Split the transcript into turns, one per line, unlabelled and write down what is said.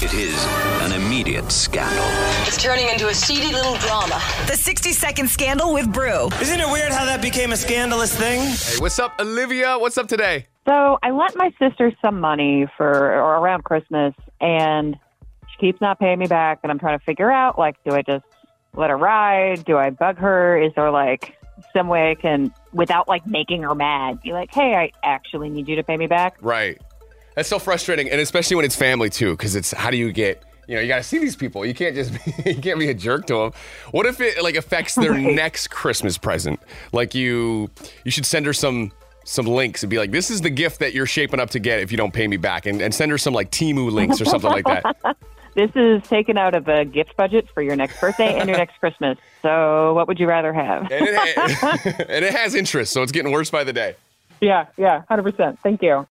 It is an immediate scandal.
It's turning into a seedy little drama.
The 60 Second Scandal with Brew.
Isn't it weird how that became a scandalous thing?
Hey, what's up, Olivia? What's up today?
So I lent my sister some money for or around Christmas, and she keeps not paying me back. And I'm trying to figure out like, do I just let her ride? Do I bug her? Is there like some way I can, without like making her mad, be like, hey, I actually need you to pay me back?
Right. That's so frustrating, and especially when it's family too, because it's how do you get? You know, you gotta see these people. You can't just be, you can't be a jerk to them. What if it like affects their next Christmas present? Like you, you should send her some some links and be like, "This is the gift that you're shaping up to get if you don't pay me back," and, and send her some like Timu links or something like that.
This is taken out of a gift budget for your next birthday and your next Christmas. So what would you rather
And
have?
it, and it has interest, so it's getting worse by the day.
Yeah, yeah, hundred percent. Thank you.